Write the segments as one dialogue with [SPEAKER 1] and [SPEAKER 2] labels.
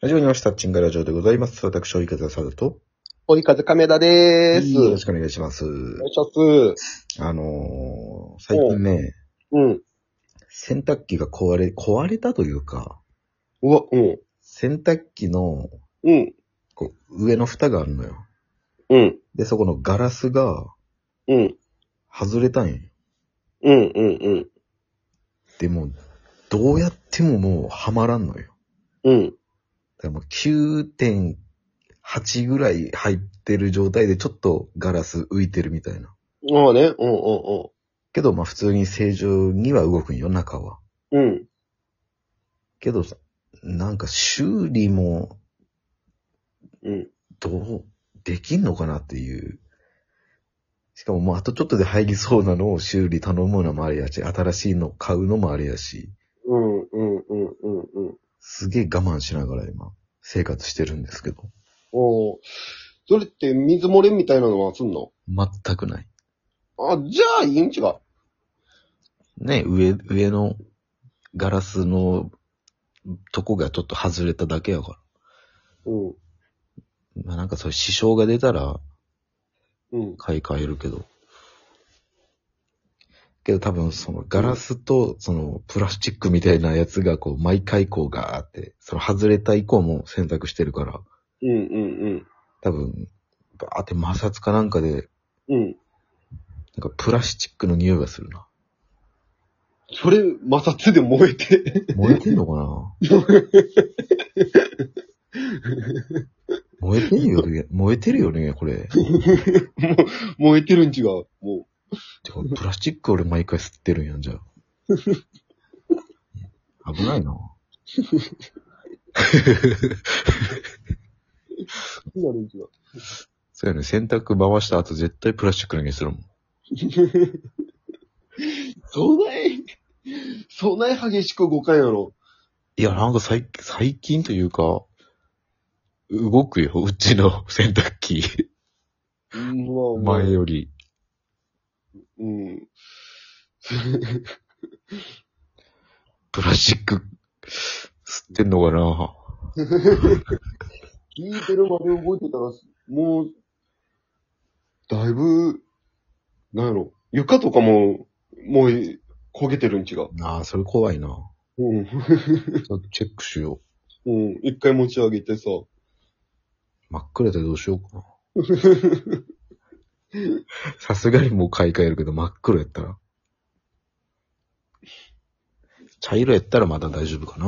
[SPEAKER 1] 始まりました。チンガラジオでございます。私、追い風さだと。
[SPEAKER 2] 追い風亀田でーす。
[SPEAKER 1] よろしくお願いします。
[SPEAKER 2] お願いします。
[SPEAKER 1] あのー、最近ね、
[SPEAKER 2] うん。
[SPEAKER 1] 洗濯機が壊れ、壊れたというか、
[SPEAKER 2] うわ、うん。
[SPEAKER 1] 洗濯機の、
[SPEAKER 2] うん。
[SPEAKER 1] こう、上の蓋があるのよ。
[SPEAKER 2] うん。
[SPEAKER 1] で、そこのガラスが
[SPEAKER 2] うん。
[SPEAKER 1] 外れたんよ。
[SPEAKER 2] うん。うん。うん。
[SPEAKER 1] でも、どうやってももうはまらんのよ。
[SPEAKER 2] うん。
[SPEAKER 1] だからもう9.8ぐらい入ってる状態でちょっとガラス浮いてるみたいな。
[SPEAKER 2] まあね。うん。うん。
[SPEAKER 1] けど、まあ普通に正常には動くんよ、中は。
[SPEAKER 2] うん。うん。
[SPEAKER 1] けどさ、なんか修理も
[SPEAKER 2] うん。
[SPEAKER 1] どう、できんのかなっていう。しかももうあとちょっとで入りそうなのを修理頼むのもあれやし、新しいの買うのもあれやし、
[SPEAKER 2] うん。うん。うん。うん。うん。
[SPEAKER 1] すげえ我慢しながら今、生活してるんですけど。
[SPEAKER 2] おーそれって水漏れみたいなのはすんの
[SPEAKER 1] 全くない。
[SPEAKER 2] あ、じゃあいいんちが。
[SPEAKER 1] ね、上、上のガラスのとこがちょっと外れただけやから。
[SPEAKER 2] うん。
[SPEAKER 1] まあなんかそういう支障が出たら
[SPEAKER 2] うん。
[SPEAKER 1] 買い替えるけど。けど多分そのガラスとそのプラスチックみたいなやつがこう毎回こうガーって、その外れた以降も選択してるから、
[SPEAKER 2] うん。うん。
[SPEAKER 1] 多分バーって摩擦かなんかで、
[SPEAKER 2] うん。うん。
[SPEAKER 1] なんかプラスチックの匂いがするな。
[SPEAKER 2] それ、摩擦で燃えて。
[SPEAKER 1] 燃えてんのかな燃えてるよね。燃えてるよね、これ。
[SPEAKER 2] 燃えてるんちが。も
[SPEAKER 1] てかプラスチック俺毎回吸ってるんやん、じゃあ。危ないな。
[SPEAKER 2] う。なるんちが。
[SPEAKER 1] そうやね、洗濯回した後絶対プラスチックの匂いするもん。
[SPEAKER 2] そない、そない激しく動かんやろ。
[SPEAKER 1] いや、なんか最最近というか、動くよ、うちの 洗濯機。
[SPEAKER 2] うん、まあまあ
[SPEAKER 1] 前より。
[SPEAKER 2] うん。
[SPEAKER 1] プラスチック、吸ってんのかな
[SPEAKER 2] 聞いてるまで覚えてたら、もう、だいぶ、なんやろ。床とかも、もう、焦げてるん違う。
[SPEAKER 1] なあ、それ怖いな。
[SPEAKER 2] うん。
[SPEAKER 1] ちょっとチェックしよう。
[SPEAKER 2] うん。一回持ち上げてさ。
[SPEAKER 1] 真っ暗でどうしようかな。 さすがにもう買い替えるけど、真っ黒やったら。茶色やったらまだ大丈夫かな。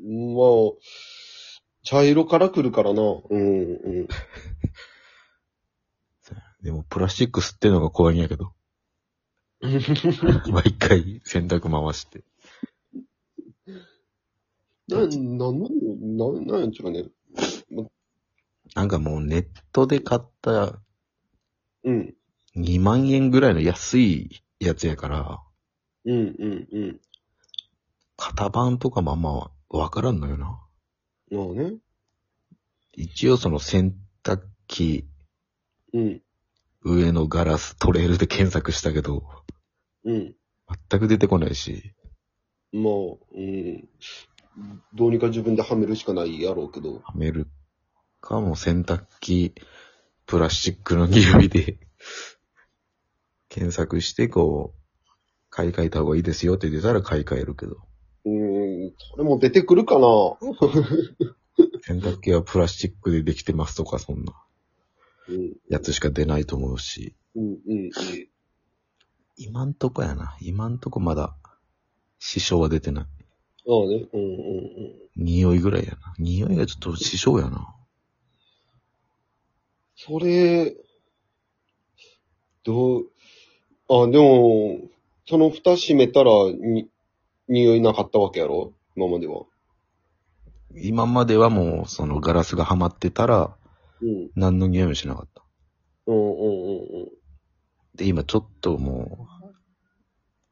[SPEAKER 2] まあ、茶色から来るからな。うん、うん。
[SPEAKER 1] でも、プラスチック吸ってんのが怖いんやけど。毎回、洗濯回して。
[SPEAKER 2] な、なんなん、なんやんちゅうかね。
[SPEAKER 1] なんかもう、ネットで買った
[SPEAKER 2] うん。
[SPEAKER 1] 2万円ぐらいの安いやつやから、
[SPEAKER 2] うん、うん、うん。
[SPEAKER 1] 型番とかもあんまわからんのよな。
[SPEAKER 2] まあね。
[SPEAKER 1] 一応その洗濯機
[SPEAKER 2] うん、
[SPEAKER 1] 上のガラストレールで検索したけど、
[SPEAKER 2] うん。
[SPEAKER 1] 全く出てこないし、
[SPEAKER 2] まあ、うん。どうにか自分ではめるしかないやろうけど。
[SPEAKER 1] はめるかも洗濯機、プラスチックの匂いで、 検索して、こう、買い替えた方がいいですよって出たら買い替えるけど、
[SPEAKER 2] うん、それも出てくるかな。
[SPEAKER 1] 洗濯機はプラスチックでできてますとか、そんな
[SPEAKER 2] うん、
[SPEAKER 1] やつしか出ないと思うし、
[SPEAKER 2] うん、うん。
[SPEAKER 1] 今んとこやな。今んとこまだ、支障は出てない。
[SPEAKER 2] ああね、うん、うん、うん。
[SPEAKER 1] 匂いぐらいやな。匂いがちょっと支障やな。
[SPEAKER 2] それ、どう、あ、でも、その蓋閉めたら、に、匂いなかったわけやろ今までは。
[SPEAKER 1] 今まではもう、そのガラスがはまってたら、
[SPEAKER 2] うん、
[SPEAKER 1] 何の匂いもしなかった。
[SPEAKER 2] うん、うん、うん。
[SPEAKER 1] で、今ちょっともう、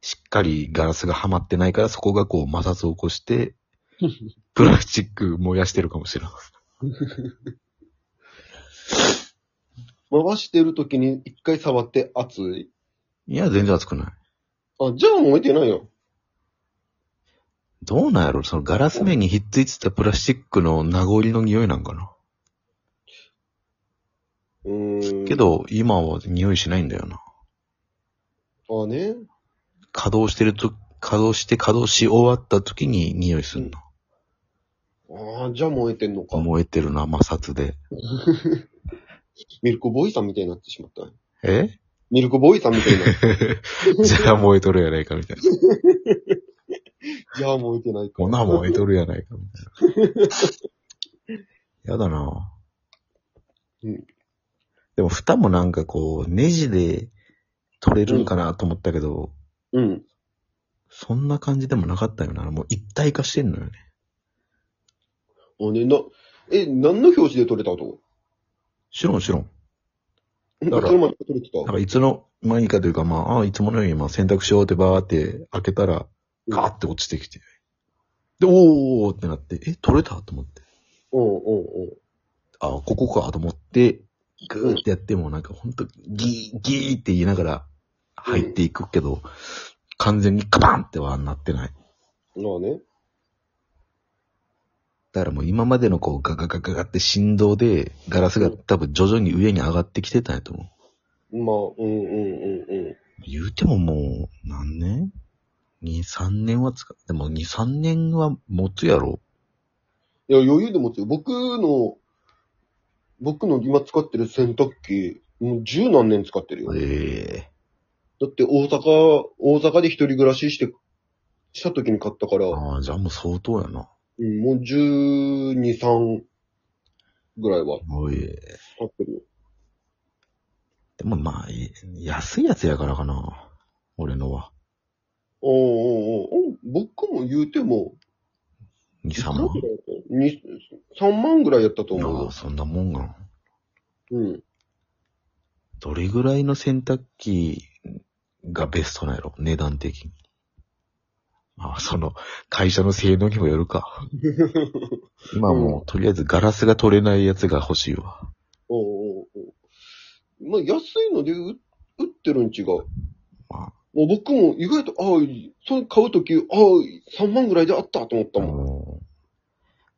[SPEAKER 1] しっかりガラスがはまってないから、そこがこう摩擦を起こして、プラスチック燃やしてるかもしれない。
[SPEAKER 2] 回してるときに一回触って熱い
[SPEAKER 1] いや、全然熱くない。
[SPEAKER 2] あ、じゃあ燃えてないよ。
[SPEAKER 1] どうなんやろそのガラス面にひっついてたプラスチックの名残の匂いなんかな。
[SPEAKER 2] うーん。
[SPEAKER 1] け。ど、今は匂いしないんだよな。
[SPEAKER 2] ああね。
[SPEAKER 1] 稼働してると、稼働して稼働し終わった時に匂いすんの。
[SPEAKER 2] ああ、じゃあ燃えてんのか。
[SPEAKER 1] 燃えてるな、摩擦で。
[SPEAKER 2] ミルクボーイさんみたいになってしまった。
[SPEAKER 1] え
[SPEAKER 2] ミルクボーイさんみ たいになって。
[SPEAKER 1] じゃあ燃えとるやないか、みたいな。
[SPEAKER 2] いや、燃え てないか。
[SPEAKER 1] 粉燃えとるやないか、みたいな。やだな
[SPEAKER 2] うん
[SPEAKER 1] でも蓋もなんかこう、ネジで取れるんかなと思ったけど、
[SPEAKER 2] うん。
[SPEAKER 1] そんな感じでもなかったよな。もう一体化してんのよね。
[SPEAKER 2] あね、な、え、何の表紙で撮れたと
[SPEAKER 1] しろんしろん。
[SPEAKER 2] そ
[SPEAKER 1] から
[SPEAKER 2] れまで撮れて
[SPEAKER 1] なん
[SPEAKER 2] た
[SPEAKER 1] かいつの間にかというか、まあ、ああいつものように今洗濯しようってばーって開けたら、
[SPEAKER 2] うん
[SPEAKER 1] ガーって落ちてきて。で、おーおーおーってなって、え、取れたと思って。
[SPEAKER 2] うんうんうん。
[SPEAKER 1] ああ、ここかと思って、グーってやってもなんかほんとギー、ギーって言いながら入っていくけど、完全にカバンってはなってない。
[SPEAKER 2] まあね。
[SPEAKER 1] だからもう今までのこうガガガガガって振動でガラスが多分徐々に上に上がってきてたんやと思う。
[SPEAKER 2] まあ、うんうんうんうん。
[SPEAKER 1] 言うてももう、何年 ?2、3年は使っでも2、3年は持つやろ。
[SPEAKER 2] いや、余裕で持つよ。僕の、僕の今使ってる洗濯機、もう十何年使ってるよ。だ
[SPEAKER 1] え
[SPEAKER 2] って大阪、大阪で一人暮らしして、した時に買ったから、
[SPEAKER 1] え
[SPEAKER 2] う
[SPEAKER 1] ああ、じゃあもう相当やな。
[SPEAKER 2] んもう十二、三ぐらいは
[SPEAKER 1] おい。
[SPEAKER 2] 使ってるよ。
[SPEAKER 1] でもまあ、い安いやつやからかな。俺のは。
[SPEAKER 2] おうおうおううん僕も言うても、
[SPEAKER 1] 2、3
[SPEAKER 2] い
[SPEAKER 1] 万
[SPEAKER 2] くら。ぐらいだったに3万ぐらいやったと思う
[SPEAKER 1] ああ、
[SPEAKER 2] よ。
[SPEAKER 1] そんなもんが。
[SPEAKER 2] うん。
[SPEAKER 1] どれぐらいの洗濯機がベストなんやろ値段的に。ああ、その、会社の性能にもよる か。今はもう、とりあえずガラスが取れないやつが欲しいわ。
[SPEAKER 2] おうおうおうまあ、安いので売売ってるん違う。
[SPEAKER 1] まあ、
[SPEAKER 2] もう僕も意外と、ああ、そう買うとき、ああ、3万ぐらいであったと思ったも
[SPEAKER 1] う
[SPEAKER 2] ん。
[SPEAKER 1] ん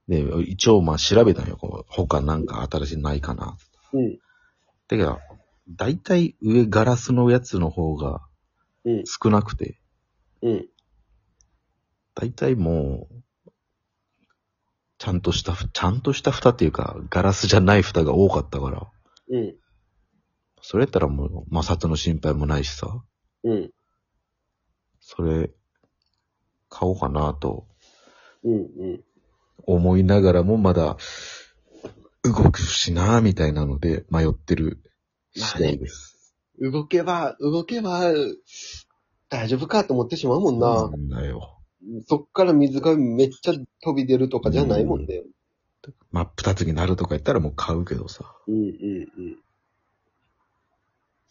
[SPEAKER 1] で、一応まあ調べたんよ。こう他なんか新しいのないかな。
[SPEAKER 2] うん。
[SPEAKER 1] だけど、だいたい上ガラスのやつの方が
[SPEAKER 2] うん
[SPEAKER 1] 少なくて、
[SPEAKER 2] うん。
[SPEAKER 1] だいたいもう、ちゃんとした、ちゃんとした蓋っていうか、ガラスじゃない蓋が多かったから、
[SPEAKER 2] うん。
[SPEAKER 1] それやったらもう摩擦の心配もないしさ、
[SPEAKER 2] うん。
[SPEAKER 1] それ、買おうかなと
[SPEAKER 2] うん。うん。
[SPEAKER 1] 思いながらもまだ、動くしなみたいなので迷ってる次第です。
[SPEAKER 2] 動けば、動けば、大丈夫かと思ってしまうもん
[SPEAKER 1] な
[SPEAKER 2] な。
[SPEAKER 1] んだよ。
[SPEAKER 2] そっから水がめっちゃ飛び出るとかじゃないもんだよ。
[SPEAKER 1] 真っ二つになるとか言ったらもう買うけどさ。
[SPEAKER 2] うんうん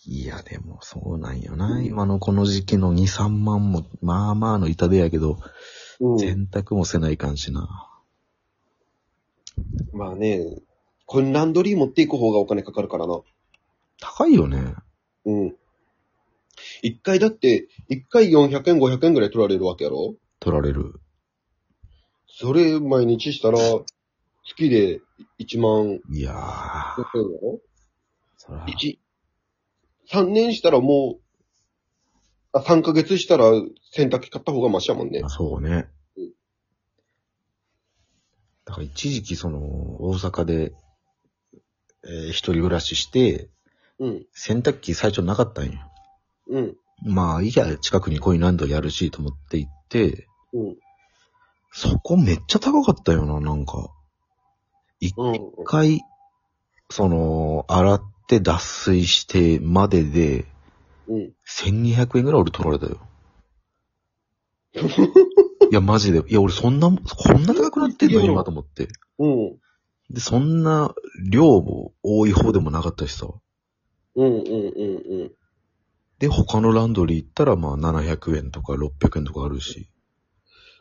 [SPEAKER 1] いや、でもそうなんよな。
[SPEAKER 2] うん
[SPEAKER 1] 今のこの時期の2、3万も、まあまあの痛手やけど、
[SPEAKER 2] うん。うん。
[SPEAKER 1] 洗濯もせないかんしな。
[SPEAKER 2] まあね、これランドリー持っていく方がお金かかるからな。
[SPEAKER 1] 高いよね。
[SPEAKER 2] うん。一回だって、一回400円、500円ぐらい取られるわけやろ
[SPEAKER 1] 取られる。
[SPEAKER 2] それ毎日したら、月で1万
[SPEAKER 1] いやー。
[SPEAKER 2] 500円やろ
[SPEAKER 1] そら、
[SPEAKER 2] 一、3年したらもう、あ、3ヶ月したら洗濯機買った方がマシやもんね
[SPEAKER 1] まあ。そうね
[SPEAKER 2] うん。
[SPEAKER 1] だから一時期その、大阪で、えー一人暮らしして、
[SPEAKER 2] うん、
[SPEAKER 1] 洗濯機最初なかったんよ。
[SPEAKER 2] うん、
[SPEAKER 1] まあ、いいや、近くにコインランドリーあるし、と思って行って、
[SPEAKER 2] うん、
[SPEAKER 1] そこめっちゃ高かったよな、なんか。
[SPEAKER 2] うん、
[SPEAKER 1] 一回、その、洗って脱水してまでで、
[SPEAKER 2] うん。
[SPEAKER 1] 1200円ぐらい俺取られ たよ。いや、マジで。いや、俺そんな、こんな高くなってんの
[SPEAKER 2] いや
[SPEAKER 1] 今と思って。
[SPEAKER 2] うん、
[SPEAKER 1] で、そんな量も多い方でもなかったしさ。
[SPEAKER 2] うん、うん、うん。
[SPEAKER 1] で、他のランドリー行ったら、まあ、700円とか600円とかあるし。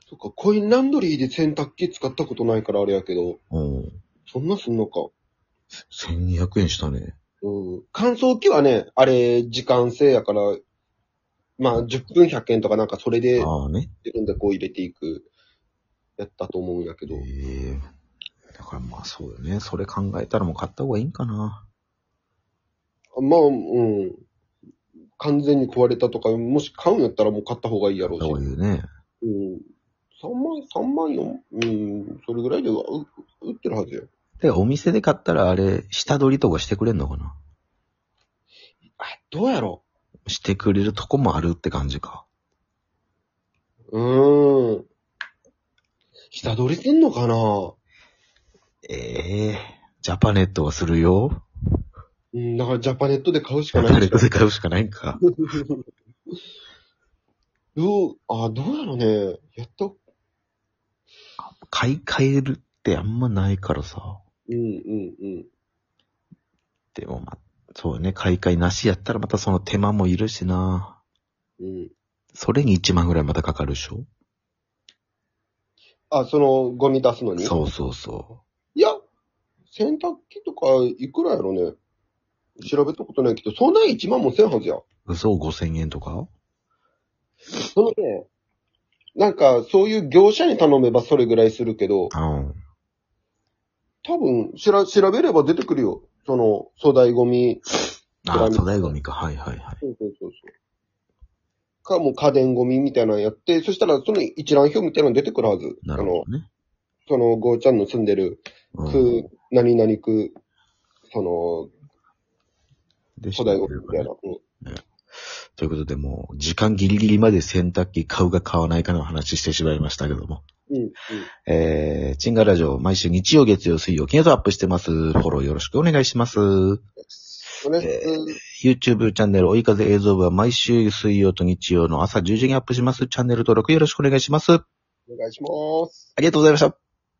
[SPEAKER 2] そっか、コインランドリーで洗濯機使ったことないからあれやけど、
[SPEAKER 1] うん。
[SPEAKER 2] そんなすんのか。
[SPEAKER 1] 1200円したね。
[SPEAKER 2] うん。乾燥機はね、あれ、時間制やから、まあ、10分100円とかなんかそれで、
[SPEAKER 1] ああね。
[SPEAKER 2] 自分でこう入れていくやったと思うんやけど。
[SPEAKER 1] ええだからまあそうよね。それ考えたらもう買った方がいいんかな。
[SPEAKER 2] まあ、うん。完全に壊れたとか、もし買うんやったらもう買った方がいいやろうし。
[SPEAKER 1] そういうね。
[SPEAKER 2] うん。3万、三万4、うん、それぐらいではう売ってるはずよ。
[SPEAKER 1] で、お店で買ったらあれ、下取りとかしてくれんのかな
[SPEAKER 2] あ、どうやろ
[SPEAKER 1] してくれるとこもあるって感じか。
[SPEAKER 2] ううーん。下取りせんのかな
[SPEAKER 1] ええジャパネットはするよ。
[SPEAKER 2] うん、だからジャパネットで買うし
[SPEAKER 1] ジ
[SPEAKER 2] か
[SPEAKER 1] ャ
[SPEAKER 2] ない
[SPEAKER 1] パ
[SPEAKER 2] ん
[SPEAKER 1] ネ
[SPEAKER 2] じ
[SPEAKER 1] ット
[SPEAKER 2] ゃない
[SPEAKER 1] で買うしかないんか。
[SPEAKER 2] どう、あ、どうやろね。やっと、
[SPEAKER 1] 買い替えるってあんまないからさ。
[SPEAKER 2] うん、うん、うん。
[SPEAKER 1] でもまあ、そうね、買い替えなしやったらまたその手間もいるしな。
[SPEAKER 2] うん。
[SPEAKER 1] それに1万ぐらいまたかかるでしょ
[SPEAKER 2] あ、その、ゴミ出すのに
[SPEAKER 1] そうそうそ
[SPEAKER 2] いや、洗濯機とかいくらやろね。調べたことないけど、そんなに1万もせんはずや。
[SPEAKER 1] う。嘘5000円とか
[SPEAKER 2] そのね、なんか、そういう業者に頼めばそれぐらいするけど、
[SPEAKER 1] うん。
[SPEAKER 2] 多分、しら、調べれば出てくるよ。その、粗大ゴミ。
[SPEAKER 1] ああ、粗大ゴミか。はいはいはい。
[SPEAKER 2] そうそうそうそう。か、もう家電ゴミみたいなのやって、そしたらその一覧表みたいなの出てくるはず。
[SPEAKER 1] なるほどね。
[SPEAKER 2] あの、その、ゴーちゃんの住んでる、
[SPEAKER 1] う
[SPEAKER 2] 区
[SPEAKER 1] ん、、
[SPEAKER 2] 何々区、その、
[SPEAKER 1] で
[SPEAKER 2] 粗大ゴミみたいな。うん
[SPEAKER 1] ということで、もう、時間ギリギリまで洗濯機買うか買わないかの話してしまいましたけども。
[SPEAKER 2] うん、うん。
[SPEAKER 1] えー、チンガラジオ、毎週日曜、月曜、水曜、金曜とアップしてます。フォローよろしくお願いします。
[SPEAKER 2] それ、
[SPEAKER 1] え
[SPEAKER 2] うん
[SPEAKER 1] YouTube チャンネル、追い風映像部は毎週水曜と日曜の朝10時にアップします。チャンネル登録よろしくお願いします。あ
[SPEAKER 2] お願いします。
[SPEAKER 1] りがとうございました。
[SPEAKER 2] あ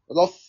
[SPEAKER 2] りがとうございます。